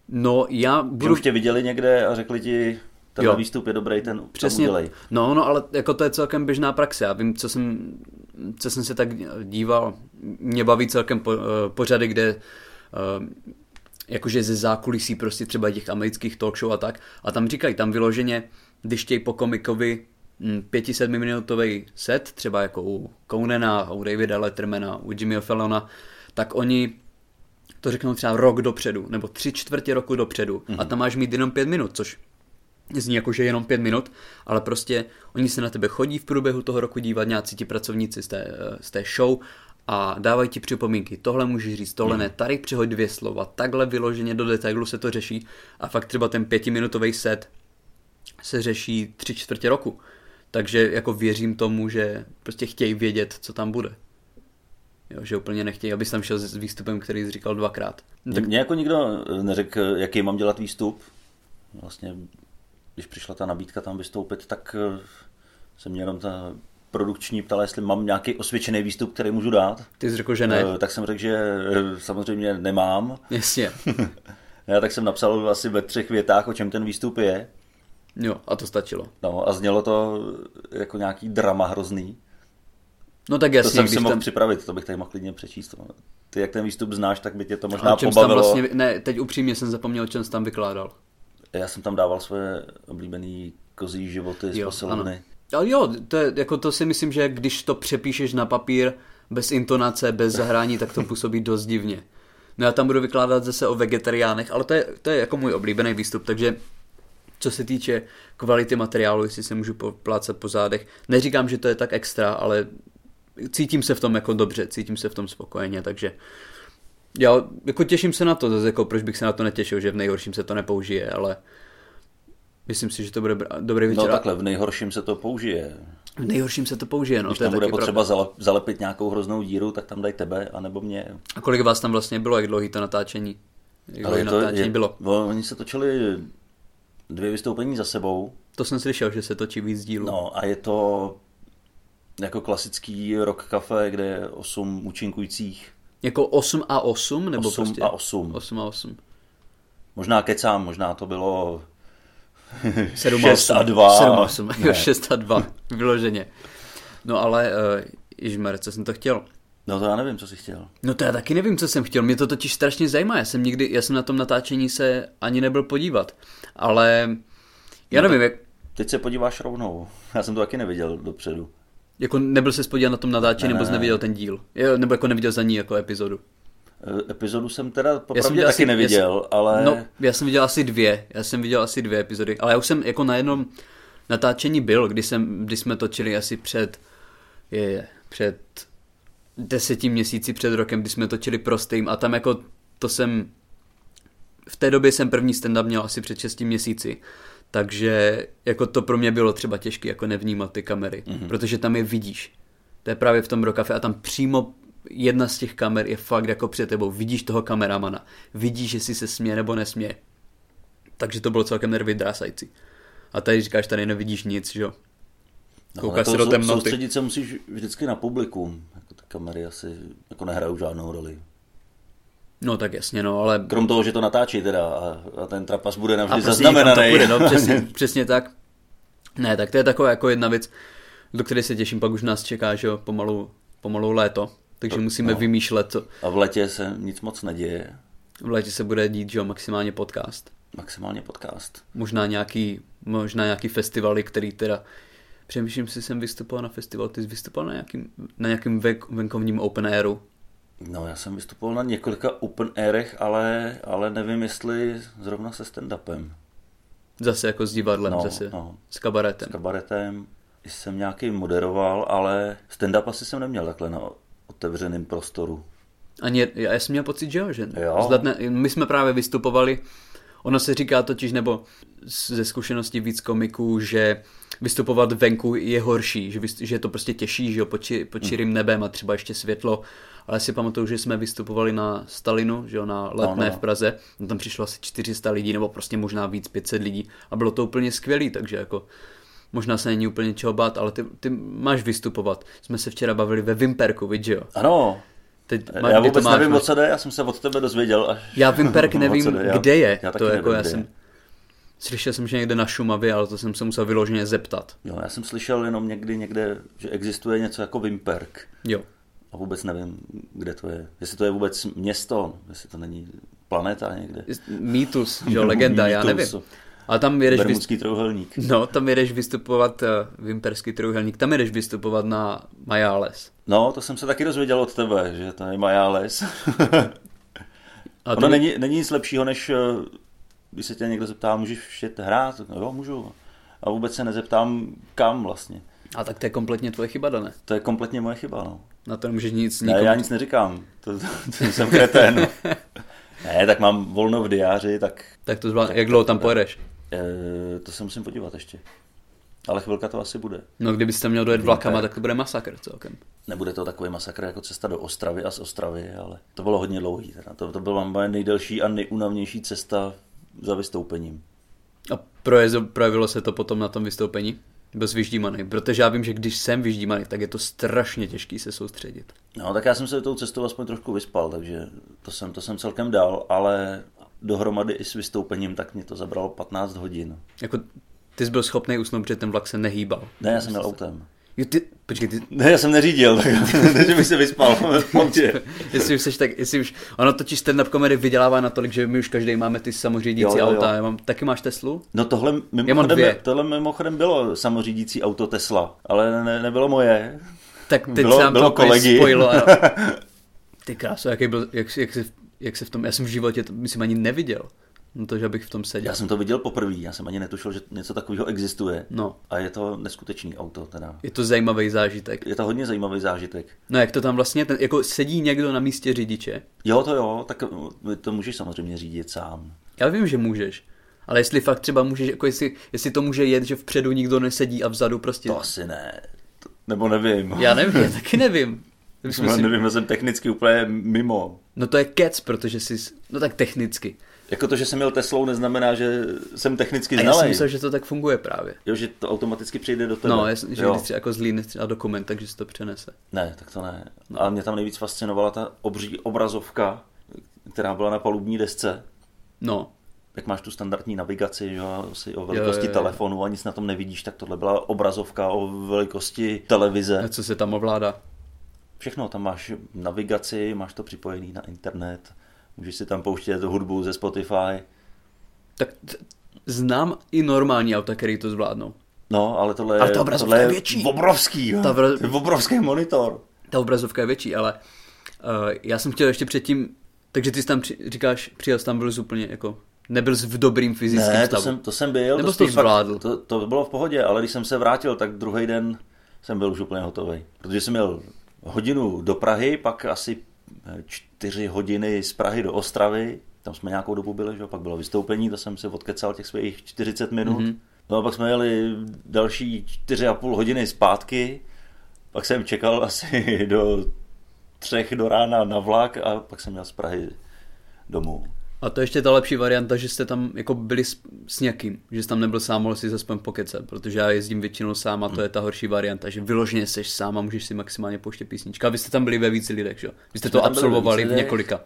S1: No já
S2: Že
S1: budu...
S2: už tě viděli někde a řekli ti, ten
S1: Jo.
S2: výstup je dobrý, ten Přesně.
S1: Přesně.
S2: tam udělej.
S1: No, no, ale jako to je celkem běžná praxe. Já vím, co jsem, co jsem se tak díval. Mě baví celkem po, eh, pořady, kde eh, jakože ze zákulisí prostě třeba těch amerických talk show a tak. A tam říkají, tam vyloženě, když chtějí po komikovi hm, 5-7 minutový set, třeba jako u Conana, u Davida Lettermana, u Jimmyho Fallona, tak oni to řeknou třeba rok dopředu, nebo tři čtvrtě roku dopředu mm-hmm. a tam máš mít jenom pět minut, což zní jako, že jenom pět minut, ale prostě oni se na tebe chodí v průběhu toho roku dívat nějací ti pracovníci z té, eh, z té show a dávají ti připomínky, tohle můžeš říct, tohle ne, tady přihoď dvě slova, takhle vyloženě do detailu se to řeší a fakt třeba ten pětiminutový set se řeší tři čtvrtě roku. Takže jako věřím tomu, že prostě chtějí vědět, co tam bude. Jo, že úplně nechtějí, abys tam šel s výstupem, který jsi říkal dvakrát.
S2: Tak mě jako nikdo neřekl, jaký mám dělat výstup. Vlastně, když přišla ta nabídka tam vystoupit, tak eh, se mě jenom ta produkční ptala, jestli mám nějaký osvědčený výstup, který můžu dát.
S1: Ty jsi řekl, že ne.
S2: Eh, Tak jsem řekl, že eh, samozřejmě nemám.
S1: Jasně.
S2: Já tak jsem napsal asi ve třech větách, o čem ten výstup je.
S1: Jo, a to stačilo.
S2: No a znělo to jako nějaký drama hrozný.
S1: No tak
S2: To
S1: jasně,
S2: jsem si
S1: když
S2: mohl
S1: tam...
S2: připravit, to bych tady mohl klidně přečíst. no. Ty jak ten výstup znáš, tak by tě to
S1: A
S2: možná
S1: o čem jsi tam
S2: pobavilo.
S1: vlastně... Ne, teď upřímně jsem zapomněl, o čem jsi tam vykládal.
S2: Já jsem tam dával svoje oblíbené kozí životy z
S1: Jo,
S2: posilovny.
S1: Ale jo, to, je, jako to si myslím, že když to přepíšeš na papír bez intonace, bez zahrání, tak to působí dost divně. No já tam budu vykládat zase o vegetariánech, ale to je, to je jako můj oblíbený výstup, takže co se týče kvality materiálu, jestli se můžu poplácat po zádech, neříkám, že to je tak extra, ale cítím se v tom jako dobře, cítím se v tom spokojeně, takže já jako těším se na to, zase jako proč bych se na to netěšil, že v nejhorším se to nepoužije, ale myslím si, že to bude br- dobrý večer.
S2: No
S1: A-
S2: takhle, v nejhorším se to použije.
S1: v nejhorším se to použije, no.
S2: Když
S1: to je
S2: tam bude
S1: taky
S2: potřeba zale- zalepit nějakou hroznou díru, tak tam daj tebe, anebo mě.
S1: Pravda. A kolik vás tam vlastně bylo, jak dlouhý to natáčení? Jak dlouhý
S2: je
S1: natáčení bylo?
S2: No, oni se točili dvě vystoupení za sebou,
S1: To jsem slyšel, že se točí víc dílů.
S2: No a je to jako klasický rock kafe, kde je 8 účinkujících,
S1: Jako 8 a 8? Nebo
S2: 8
S1: prostě...
S2: a 8.
S1: 8 a 8.
S2: Možná kecám, možná to bylo
S1: 7
S2: 6
S1: 8.
S2: a 2.
S1: 7 a 8. Jo, [LAUGHS]
S2: Ne.
S1: 6 a 2. Vyloženě. No ale, uh, ježmar, co jsem to chtěl?
S2: No to já nevím, co jsi chtěl.
S1: No to já taky nevím, co jsem chtěl, mě to totiž strašně zajímá, já jsem nikdy, já jsem na tom natáčení se ani nebyl podívat, ale já
S2: No
S1: nevím, jak,
S2: Teď se podíváš rovnou. Já jsem to taky neviděl dopředu.
S1: jako nebyl se podívat na tom natáčení,
S2: Ne,
S1: nebo jsi
S2: ne.
S1: neviděl ten díl, Jo, nebo jako neviděl za ní jako epizodu.
S2: Eh, Epizodu jsem teda
S1: Já jsem
S2: popravdě
S1: viděl
S2: taky
S1: asi-
S2: neviděl,
S1: já jsem,
S2: ale
S1: No, já jsem viděl asi dvě, já jsem viděl asi dvě epizody, ale já už jsem jako na jednom natáčení byl, kdy, jsem, kdy jsme točili asi před, je, je, před deseti měsíci před rokem, kdy jsme točili prostým a tam jako to jsem, v té době jsem první stand-up měl asi před 6 měsíci, takže jako to pro mě bylo třeba těžké jako nevnímat ty kamery, mm-hmm. protože tam je vidíš. To je právě v tom rokafe a tam přímo jedna z těch kamer je fakt jako před tebou, vidíš toho kameramana, vidíš, jestli se směje nebo nesměje. Takže to bylo celkem nervy drásající. A tady říkáš, tady nevidíš nic, že jo? Koukáš
S2: ale
S1: se do
S2: sou-
S1: temnoty.
S2: Soustředit se musíš vždycky na publikum. Jako ty kamery asi jako nehrajou žádnou roli.
S1: No tak jasně, no, ale
S2: Krom toho, že to natáčí teda a, a ten trapas bude navždy
S1: A prostě někam to
S2: zaznamenaný.
S1: půjde, no,
S2: [LAUGHS]
S1: přesně, přesně tak. Ne, tak to je taková jako jedna věc, do které se těším, pak už nás čeká, že jo, pomalu, pomalu léto, takže musíme
S2: no.
S1: vymýšlet, co
S2: A v letě se nic moc neděje.
S1: v létě se bude dít, že jo, maximálně podcast.
S2: Maximálně podcast.
S1: Možná nějaký, možná nějaký festivaly, který teda, přemýšlím si, jsem vystupoval na festival, ty jsi vystupoval na nějakým, na nějakým vek, venkovním open airu.
S2: No, já jsem vystupoval na několika open airech, ale, ale nevím, jestli zrovna se stand-upem.
S1: Zase jako s divadlem,
S2: No,
S1: zase
S2: no.
S1: s kabaretem.
S2: S kabaretem jsem nějaký moderoval, ale stand-up asi jsem neměl takhle na otevřeném prostoru.
S1: Ani, já já jsem měl pocit, že jo, že
S2: Jo.
S1: Zdatné, my jsme právě vystupovali, ono se říká totiž, nebo s- ze zkušenosti víc komiků, že vystupovat venku je horší, že, vyst, že je to prostě těžší, že jo, pod, či,
S2: Hmm.
S1: pod čirým nebem a třeba ještě světlo, ale si pamatuju, že jsme vystupovali na Stalinu, že jo, na Letné
S2: no, no.
S1: v Praze, no, tam přišlo asi 400 lidí, nebo prostě možná víc 500 lidí a bylo to úplně skvělý, takže jako možná se není úplně čeho bát, ale ty, ty máš vystupovat. Jsme se včera bavili ve Vimperku, vidíš, že jo?
S2: Ano,
S1: Teď,
S2: Ma,
S1: má-
S2: já
S1: kdy to
S2: vůbec
S1: máš,
S2: nevím,
S1: no?
S2: o co jde, já jsem se od tebe dozvěděl. Až...
S1: Já Vimperk
S2: [LAUGHS] o
S1: nevím,
S2: co jde, já-
S1: kde je.
S2: Já taky
S1: to jako
S2: nevím,
S1: já
S2: kde je.
S1: jsem... Slyšel jsem, že někde na Šumavě, ale to jsem se musel vyloženě zeptat.
S2: Jo, já jsem slyšel jenom někdy někde, že existuje něco jako Vimperk.
S1: Jo.
S2: A vůbec nevím, kde to je. Jestli to je vůbec město, jestli to není planeta někde.
S1: Mýtus, že
S2: [LAUGHS]
S1: jo, legenda, já nevím.
S2: Mýtus.
S1: A tam jedeš, vyst...
S2: Bermudský trojuhelník.
S1: no, tam jedeš vystupovat, eh, Vimperský trojuhelník, tam jedeš vystupovat na Majáles.
S2: No, to jsem se taky dozvěděl od tebe, že to je [LAUGHS] Majáles.
S1: A
S2: ono
S1: to,
S2: není, není nic lepšího, než eh, když se tě někdo zeptá, můžeš všet hrát? No jo, můžu. A vůbec se nezeptám, kam vlastně.
S1: a tak to je kompletně tvoje chyba, Dané.
S2: To je kompletně moje chyba, no.
S1: Na to nemůžeš nic
S2: Ne,
S1: nikomu.
S2: já nic neříkám, to, to, to
S1: [LAUGHS]
S2: jsem kretén. ne, tak mám volno v diáři, tak
S1: Tak to zvlá... jak dlouho tam pojedeš?
S2: e, to se musím podívat ještě. Ale chvilka to asi bude.
S1: No, kdybyste měl dojet vlakama, tak to bude masakr celkem.
S2: Nebude to takový masakr jako cesta do Ostravy a z Ostravy, ale to bylo hodně dlouhý. Teda. To, to byla moje nejdelší a nejúnavnější cesta za vystoupením.
S1: A projezo, projevilo se to potom na tom vystoupení? Byl jsi vyždímaný, protože já vím, že když jsem vyždímaný, tak je to strašně těžký se soustředit.
S2: No, tak já jsem se tou cestou aspoň trošku vyspal, takže to jsem, to jsem celkem dal, ale dohromady i s vystoupením, tak mě to zabralo 15 hodin.
S1: Jako ty jsi byl schopný usnout, protože ten vlak se nehýbal.
S2: Ne, já jsem měl autem.
S1: Jo, ty, počkej, ty,
S2: Ne, já jsem neřídil, tak, [LAUGHS] takže bych
S1: [LAUGHS]
S2: se vyspal v autě.
S1: jestli už seš tak, jestli už, ono totiž stand-up komedy vydělává natolik, že my už každý máme ty samořídící
S2: Jo, jo, jo.
S1: auta, já mám, taky máš Teslu?
S2: No tohle
S1: Já mám
S2: mimochodem,
S1: dvě.
S2: tohle mimochodem bylo samořídící auto Tesla, ale ne, nebylo moje.
S1: Tak teď
S2: Bylo-
S1: se nám
S2: bylo
S1: to úplně
S2: kolegy.
S1: spojilo.
S2: [LAUGHS]
S1: A... Ty kráso, jaký byl, jak, jak, se, jak se v tom, já jsem v životě, to, myslím, ani neviděl, no to, že bych v tom seděl.
S2: Já jsem to viděl poprvé, já jsem ani netušil, že něco takového existuje.
S1: No,
S2: A je to neskutečný auto teda.
S1: je to zajímavý zážitek.
S2: Je to hodně zajímavý zážitek.
S1: No jak to tam vlastně, ten, jako sedí někdo na místě řidiče?
S2: Jo, to jo, tak to můžeš samozřejmě řídit sám.
S1: Já vím, že můžeš. Ale jestli fakt třeba můžeš, jako jestli, jestli to může jet, že vpředu nikdo nesedí a vzadu prostě...
S2: To asi ne. To- Nebo nevím.
S1: Já nevím, já taky nevím. To
S2: [LAUGHS] Já
S1: bychom si-
S2: nevím, já jsem technicky úplně mimo.
S1: No to je kec, protože jsi... s- No tak technicky.
S2: Jako to, že jsem měl Teslou, neznamená, že jsem technicky
S1: A já jsem
S2: znalej.
S1: myslel, že to tak funguje právě.
S2: Jo, že to automaticky přijde do tebe.
S1: No, jasně, že
S2: Jo.
S1: když třeba jako zlý a dokument, takže se to přenese.
S2: Ne, tak to ne.
S1: No.
S2: A mě tam nejvíc fascinovala ta obří obrazovka, která byla na palubní desce.
S1: No,
S2: Jak máš tu standardní navigaci, že jo, asi o
S1: Jo,
S2: velikosti
S1: jo, jo.
S2: telefonu a nic na tom nevidíš, tak tohle byla obrazovka o velikosti televize.
S1: a co se tam ovládá?
S2: Všechno, tam máš navigaci, máš to připojený na internet, můžeš si tam pouštět hudbu ze Spotify.
S1: Tak t- znám i normální auta, který to zvládnou.
S2: No, ale tohle,
S1: Ale ta
S2: je,
S1: obrazovka
S2: tohle
S1: je větší.
S2: obrovský, jo.
S1: Ta obra-
S2: To je obrovský monitor.
S1: Ta obrazovka je větší, ale uh, já jsem chtěl ještě předtím... Takže ty jsi tam při, říkáš, přijel jsi tam byl jsi úplně jako... Nebyl jsi v dobrým fyzickém
S2: Ne, to
S1: stavu.
S2: jsem, to jsem byl.
S1: Nebo jsi
S2: spíš
S1: to
S2: fakt-
S1: zvládl?
S2: To, to bylo v pohodě, ale když jsem se vrátil, tak druhý den jsem byl už úplně hotový. Protože jsem měl hodinu do Prahy, pak asi eh, čtyři hodiny z Prahy do Ostravy. Tam jsme nějakou dobu byli, že? jo, pak bylo vystoupení, to jsem se odkecal těch svých 40 minut.
S1: Mhm.
S2: Mm-hmm. No a pak jsme jeli další čtyři a půl hodiny zpátky. Pak jsem čekal asi [LAUGHS] do třech do rána na vlak a pak jsem měl z Prahy domů.
S1: A to ještě ta lepší varianta, že jste tam jako byli s, s někým, že jste tam nebyl sám, mohl si zespoň pokecet, protože já jezdím většinou sám
S2: Hm.
S1: a to je ta horší varianta, že vyloženě seš sám a můžeš si maximálně pouštět písnička. A vy jste tam byli ve víc lidech, že? jo? Vy jste
S2: Jsme
S1: to
S2: tam byli ve víc
S1: absolvovali v
S2: lidech.
S1: několika.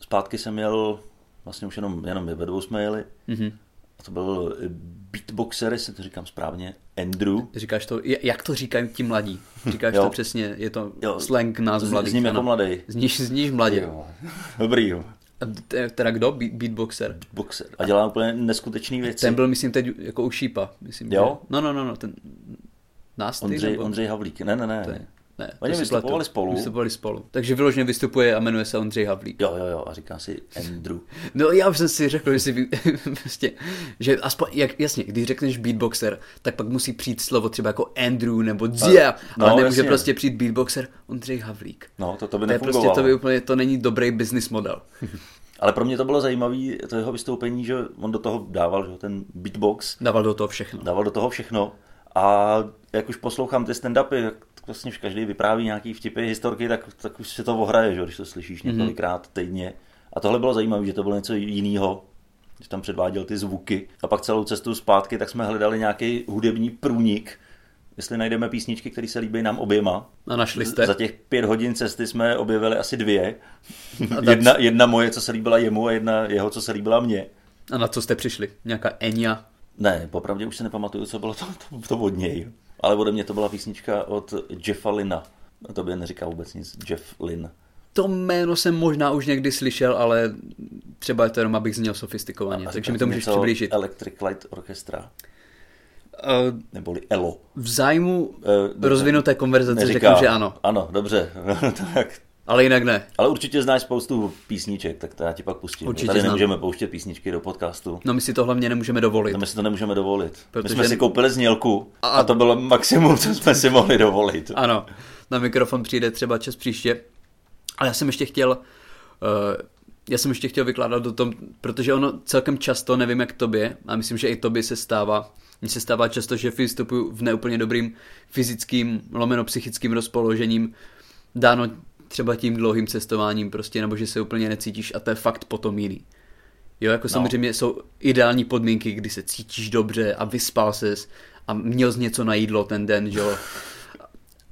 S2: Zpátky jsem jel, vlastně už jenom, jenom my ve dvou jsme jeli.
S1: Mhm.
S2: Mm-hmm. A to byl eh, beatboxer, jestli to říkám správně, Andrew.
S1: Říkáš to, je- jak to říkají ti
S2: [LAUGHS]
S1: mladí? Říkáš
S2: Jo.
S1: to přesně, je to
S2: Jo,
S1: slang nás
S2: z-
S1: mladých.
S2: zním jako
S1: ano.
S2: mladej.
S1: Zníš, zníš mladě.
S2: [LAUGHS] Dobrý, jo.
S1: A t- eh, Teda kdo? Beat- Beatboxer.
S2: Boxer. A dělá úplně neskutečné věci.
S1: Ten byl, myslím, teď jako u šípa. Myslím,
S2: Jo?
S1: Že... No, no, no, no, ten násty,
S2: Ondřej,
S1: nebo...
S2: Ondřej Havlík. Ne, ne,
S1: To
S2: ne.
S1: je... Ne,
S2: Oni
S1: to si
S2: vystupovali
S1: pletu.
S2: spolu.
S1: Vystupovali spolu. Takže vyloženě vystupuje a jmenuje se Ondřej Havlík.
S2: Jo, jo, jo. A říká si Andrew.
S1: No já už jsem si řekl, že si vy- [LAUGHS] prostě, že aspoň, jak, jasně, když řekneš beatboxer, tak pak musí přijít slovo třeba jako Andrew nebo Dzia,
S2: no,
S1: ale nemůže
S2: jasně.
S1: prostě přijít beatboxer Ondřej Havlík.
S2: No, to, to by
S1: To je prostě,
S2: nefungovalo.
S1: to by úplně, to není dobrý business model.
S2: Ale pro mě to bylo zajímavé, to jeho vystoupení, že on do toho dával že, jo, ten beatbox,
S1: Dával do toho všechno.
S2: dával do toho všechno a jak už poslouchám ty stand-upy, jak vlastně už každý vypráví nějaký vtipy, historky, tak, tak už se to ohraje, že, jo, když to slyšíš
S1: Mhm.
S2: několikrát týdně. A tohle bylo zajímavé, že to bylo něco jiného, že tam předváděl ty zvuky. A pak celou cestu zpátky, tak jsme hledali nějaký hudební průnik, jestli najdeme písničky, které se líbí nám oběma.
S1: A našli jste?
S2: Za těch pět hodin cesty jsme objevili asi dvě. [LAUGHS]
S1: tak-
S2: Jedna, jedna moje, co se líbila jemu a jedna jeho, co se líbila mně.
S1: A na co jste přišli? Nějaká Enya?
S2: Ne, popravdě už se nepamatuju, co bylo to, to, to od něj. Ale ode mě to byla písnička od Jeffa Lina. A to by neříká vůbec nic. Jeff Lin.
S1: To jméno jsem možná už někdy slyšel, ale třeba je to jenom, abych zněl sofistikovaně,
S2: A
S1: takže
S2: říká
S1: mi to můžeš
S2: něco
S1: přiblížit.
S2: Electric Light Orchestra,
S1: Eh,
S2: neboli ELO.
S1: V zájmu
S2: Eh,
S1: rozvinuté konverzace
S2: Neříká.
S1: řeknu, že ano,
S2: Ano, dobře. [LAUGHS] tak.
S1: ale jinak ne.
S2: Ale určitě znáš spoustu písniček, tak to já ti pak
S1: Určitě
S2: pustím. Určitě Tady
S1: znám.
S2: nemůžeme pouštět písničky do podcastu.
S1: No my si to hlavně nemůžeme dovolit.
S2: No my si to nemůžeme dovolit.
S1: Protože-
S2: My jsme si koupili znělku
S1: A-
S2: a... a to bylo maximum, co jsme si mohli dovolit. A...
S1: [LAUGHS] Ano, na mikrofon přijde třeba čas příště. Ale já jsem ještě chtěl, eh, já jsem ještě chtěl vykládat o tom, protože ono celkem často, nevím jak tobě, a myslím, že i tobě se stává, mně se stává často, že vystupuju v neúplně dobrým fyzickým, lomeno psychickým rozpoložením, dáno třeba tím dlouhým cestováním prostě, nebo že se úplně necítíš a to je fakt potom jiný. Jo, jako no. samozřejmě jsou ideální podmínky, kdy se cítíš dobře a vyspal ses a měl jsi něco na jídlo ten den, že jo.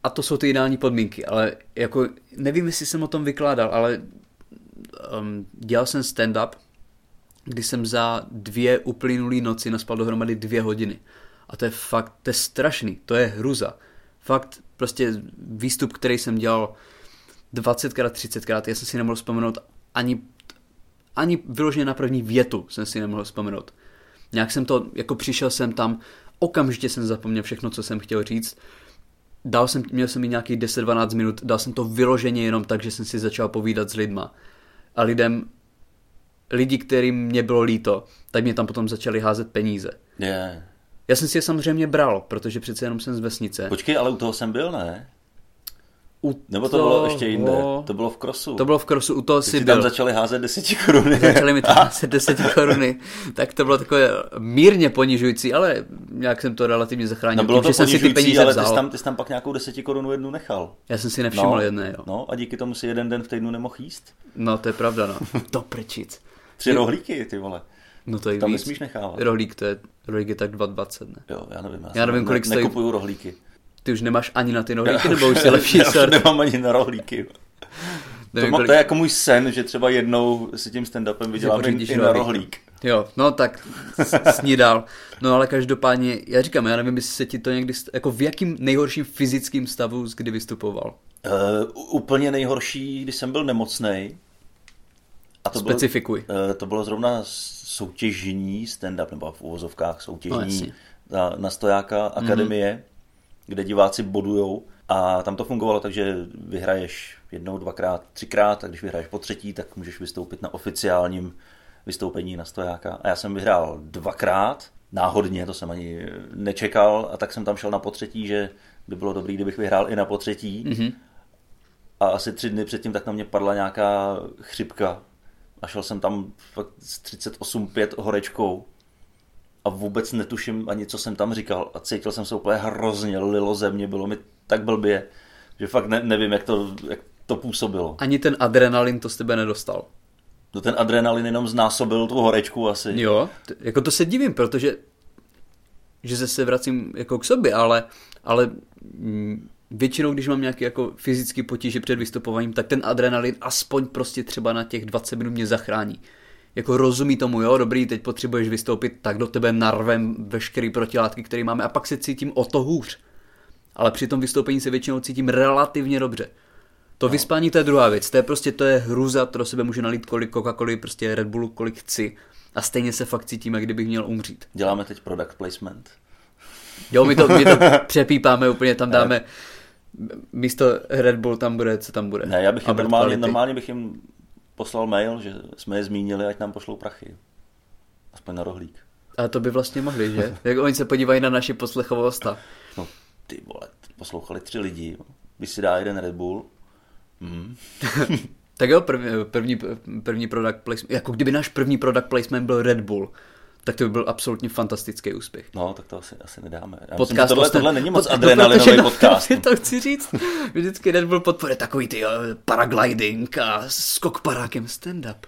S1: A to jsou ty ideální podmínky, ale jako nevím, jestli jsem o tom vykládal, ale um, dělal jsem stand-up, kdy jsem za dvě uplynulé noci naspal dohromady dvě hodiny. A to je fakt, to je strašný, to je hruza. Fakt prostě výstup, který jsem dělal 20krát, 30krát, já jsem si nemohl vzpomenout ani, ani vyloženě na první větu jsem si nemohl vzpomenout. Nějak jsem to, jako přišel jsem tam, okamžitě jsem zapomněl všechno, co jsem chtěl říct, dal jsem, měl jsem i nějakých 10-12 minut, dal jsem to vyloženě jenom tak, že jsem si začal povídat s lidma. A lidem, lidi, kterým mě bylo líto, tak mě tam potom začali házet peníze.
S2: Je.
S1: Já jsem si je samozřejmě bral, protože přece jenom jsem z vesnice.
S2: Počkej, ale u toho jsem byl, ne?
S1: U
S2: Nebo to, to bylo ještě jinde? To bylo v krosu.
S1: No. to bylo v krosu, u toho
S2: Ty
S1: si
S2: si tam
S1: byl.
S2: začali házet 10 koruny.
S1: Začali
S2: [LAUGHS]
S1: mi tam 10 koruny, tak to bylo takové mírně ponižující, ale nějak jsem to relativně zachránil.
S2: No bylo
S1: tím,
S2: to
S1: že jsem si ty
S2: ponižující,
S1: peníze
S2: ale ty
S1: vzal.
S2: jsi, tam, ty jsi tam pak nějakou 10 korunu jednu nechal.
S1: Já jsem si nevšiml jedné, jo.
S2: no a díky tomu si jeden den v týdnu nemohl jíst.
S1: No, to je pravda,
S2: [LAUGHS]
S1: no. To prčic.
S2: Tři rohlíky, ty vole.
S1: No to je
S2: Tam
S1: víc.
S2: nesmíš nechávat.
S1: Rohlík, to je, rohlík je tak 2,20, ne?
S2: Jo, já nevím. Já,
S1: Já
S2: si
S1: nevím,
S2: ne-
S1: kolik stojí-
S2: Nekupuju rohlíky.
S1: Ty už nemáš ani na ty rohlíky,
S2: [LAUGHS] Já
S1: nebo už je lepší
S2: já už
S1: sort?
S2: nemám ani na rohlíky. To,
S1: Nevím,
S2: má,
S1: kolik-
S2: to je jako můj sen, že třeba jednou si tím stand-upem vydělám i,
S1: pořídíš
S2: i na
S1: rohlík.
S2: rohlík.
S1: Jo, no tak s- sní dál. No ale každopádně, já říkám, já nevím, jestli se ti to někdy, st- jako v jakým nejhorším fyzickým stavu jsi kdy vystupoval?
S2: Uh, úplně nejhorší, když jsem byl nemocnej. A to
S1: Specifikuj.
S2: Bylo, uh, to bylo zrovna s- soutěžní stand-up, nebo v uvozovkách
S1: No,
S2: soutěžní
S1: jasně.
S2: no, na, na stojáka akademie, mm-hmm. kde diváci bodujou. A tam to fungovalo tak, že vyhraješ jednou, dvakrát, třikrát a když vyhraješ po třetí, tak můžeš vystoupit na oficiálním vystoupení na stojáka. A já jsem vyhrál dvakrát, náhodně, to jsem ani nečekal a tak jsem tam šel na potřetí, že by bylo dobrý, kdybych vyhrál i na potřetí.
S1: Mhm.
S2: Mm-hmm. A asi tři dny předtím tak na mě padla nějaká chřipka. A šel jsem tam fakt s 38,5 horečkou. A vůbec netuším ani, co jsem tam říkal. A cítil jsem se úplně hrozně, lilo ze mě, bylo mi tak blbě, že fakt ne, nevím, jak to, jak to působilo.
S1: Ani ten adrenalin to z tebe nedostal.
S2: No ten adrenalin jenom znásobil tu horečku asi.
S1: Jo, t- jako to se divím, protože že se se vracím jako k sobě, ale, ale mm, většinou, když mám nějaké jako fyzické potíže před vystupováním, tak ten adrenalin aspoň prostě třeba na těch 20 minut mě zachrání. Jako rozumí tomu, jo, dobrý, teď potřebuješ vystoupit, tak do tebe narvem veškerý protilátky, které máme a pak se cítím o to hůř. Ale při tom vystoupení se většinou cítím relativně dobře. To no. vyspání to je druhá věc, to je prostě, to je hruza, kterou sebe můžu nalít kolik Coca-Coly, prostě Red Bullu, kolik chci. A stejně se fakt cítím, jak kdybych měl umřít.
S2: Děláme teď product placement.
S1: Jo, my to, my to přepípáme úplně, tam dáme místo Red Bull tam bude, co tam bude.
S2: Ne, já bych jim
S1: Albert
S2: normálně,
S1: Quality.
S2: normálně bych jim poslal mail, že jsme je zmínili, ať nám pošlou prachy. Aspoň na rohlík.
S1: A to by vlastně mohli, že? Jak oni se podívají na naši poslechovost a
S2: No ty vole, poslouchali tři lidi, jo. když si dá jeden Red Bull, mm.
S1: Tak jo, první, první, první product placement, jako kdyby náš první product placement byl Red Bull, tak to by byl absolutně fantastický úspěch.
S2: no tak to asi, asi nedáme. Já myslím, že tohle, tohle není moc adrenalinový
S1: protože- [LAUGHS]
S2: podcast.
S1: To chci říct. Vždycky Red Bull podporuje takový ty jo, paragliding a skok parákem stand-up.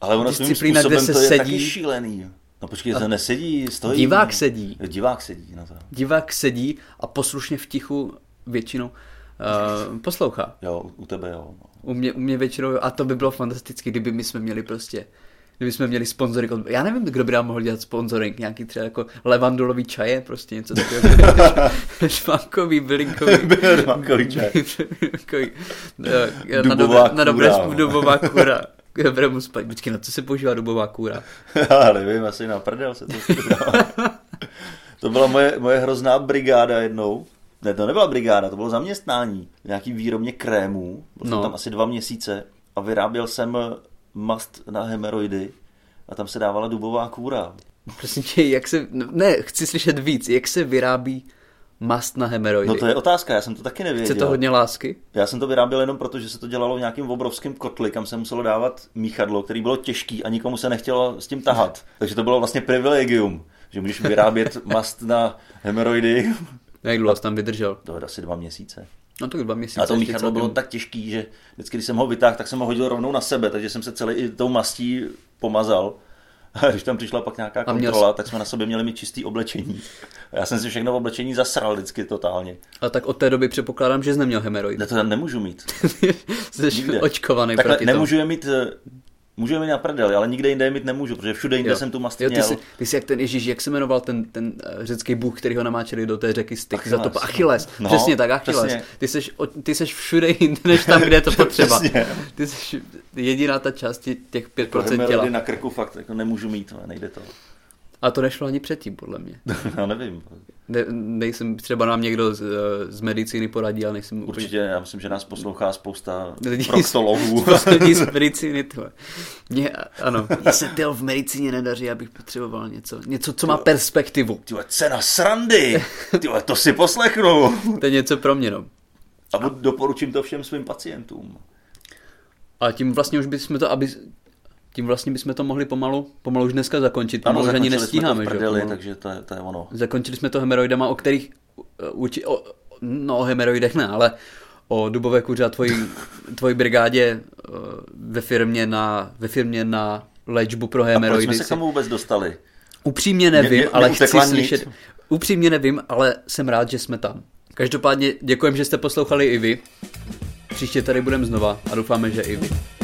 S2: Ale ono svým
S1: disciplína,
S2: způsobem
S1: kde se
S2: to je
S1: sedí.
S2: taky šílený. No počkej, to nesedí, stojí.
S1: Divák sedí.
S2: Jo, Divák sedí, no to.
S1: Divák sedí a poslušně v tichu většinou uh, poslouchá.
S2: Jo, u u tebe jo. no.
S1: U mě, u mě většinou, jo. a to by bylo fantastické, kdyby my jsme měli prostě, kdyby jsme měli sponzoring, od- já nevím, kdo by nám mohl dělat sponzoring, nějaký třeba jako levandulový čaje, prostě něco
S2: [LAUGHS]
S1: takového, švankový, bylinkový,
S2: Švankový čaj.
S1: [LAUGHS] Bylinkový. Jo, na,
S2: Dubová
S1: dobré, na dobré
S2: kůra. no.
S1: sp-
S2: [LAUGHS]
S1: dubová kůra, k dobrému spad. Počkej, na co se používá dubová kůra?
S2: [LAUGHS] Já nevím, asi na prdel se to skrývá. To byla moje, moje hrozná brigáda jednou. Ne, to nebyla brigáda, to bylo zaměstnání. V Nějaký výrobně krémů. Byl
S1: No.
S2: no. tam asi dva měsíce a vyráběl jsem mast na hemeroidy a tam se dávala dubová kůra.
S1: Prosím tě, jak se, no, ne, chci slyšet víc, jak se vyrábí mast na hemeroidy?
S2: No to je otázka, já jsem to taky nevěděl.
S1: Chce to hodně lásky?
S2: Já jsem to vyráběl jenom proto, že se to dělalo v nějakém obrovském kotli, kam se muselo dávat míchadlo, který bylo těžký a nikomu se nechtělo s tím tahat. Takže to bylo vlastně privilegium, že můžeš vyrábět mast na hemeroidy.
S1: Jak dlouho jsi tam vydržel?
S2: To je asi dva měsíce.
S1: No tak dva měsíce.
S2: A to
S1: ještě
S2: míchadlo bylo
S1: celkem-
S2: tak těžký, že vždycky, když jsem ho vytáhl, tak jsem ho hodil rovnou na sebe, takže jsem se celý i tou mastí pomazal. [LAUGHS] A když tam přišla pak nějaká
S1: A měl
S2: kontrola, tak jsme na sobě měli mít čistý oblečení. A já jsem si všechno oblečení zasral vždycky totálně.
S1: A tak od té doby předpokládám, že jsi neměl hemeroidy.
S2: Ne, to já nemůžu mít.
S1: [LAUGHS] jsi
S2: Nikde.
S1: očkovaný
S2: Takhle
S1: proti
S2: nemůžu je mít, eh, můžu je mít na prdel, ale nikde jinde je mít nemůžu, protože všude jinde
S1: tomu.
S2: jsem tu mast
S1: jo, ty,
S2: měl.
S1: jsi, ty jsi jak ten Ježíš, jak se jmenoval ten, ten eh, řecký bůh, který ho namáčeli do té řeky Styx za
S2: Achilles.
S1: to Achilles.
S2: No,
S1: přesně tak, Achilles.
S2: přesně.
S1: Ty, jsi, o- ty jsi všude jinde, než tam, kde je
S2: [LAUGHS]
S1: to potřeba.
S2: Přesně. Jako
S1: ty jsi jediná ta část tě- těch
S2: To
S1: 5% těla.
S2: hemerody na krku fakt jako nemůžu mít, ale nejde to. [LAUGHS]
S1: A to nešlo ani předtím, podle mě.
S2: já nevím.
S1: Ne, nejsem, třeba nám někdo z, eh, z medicíny poradí, ale nejsem úplně
S2: Určitě, já myslím, že nás poslouchá spousta
S1: Lidí z-
S2: proktologů.
S1: Lidí z medicíny, tyhle. Mě, ano, mně se tyjo, v medicíně nedaří, abych potřeboval něco, něco, co má perspektivu.
S2: Tyhle,
S1: [LAUGHS]
S2: cena srandy, Tyhle, to si poslechnu.
S1: To je něco pro mě, no.
S2: A bu- doporučím to všem svým pacientům.
S1: A tím vlastně už bychom to, aby, tím vlastně bychom to mohli pomalu, pomalu už dneska zakončit,
S2: Ano,
S1: pomalu už ani
S2: zakončili
S1: nestíháme,
S2: jsme to v
S1: že jo,
S2: prdeli,
S1: pomalu.
S2: takže to je, to je ono.
S1: Zakončili jsme to hemeroidama, o kterých, eh, urči, o, no o hemeroidech ne, ale o dubové kuře a tvojí,
S2: [LAUGHS]
S1: tvojí brigádě eh, ve firmě na, ve firmě na léčbu pro
S2: A proč jsme
S1: hemeroidy.
S2: se k
S1: si-
S2: tomu vůbec dostali?
S1: Upřímně nevím,
S2: Mě- mě- mě
S1: ale chci
S2: utekla nit.
S1: slyšet. Upřímně nevím, ale jsem rád, že jsme tam. Každopádně děkujem, že jste poslouchali i vy. Příště tady budeme znova a doufáme, že i vy.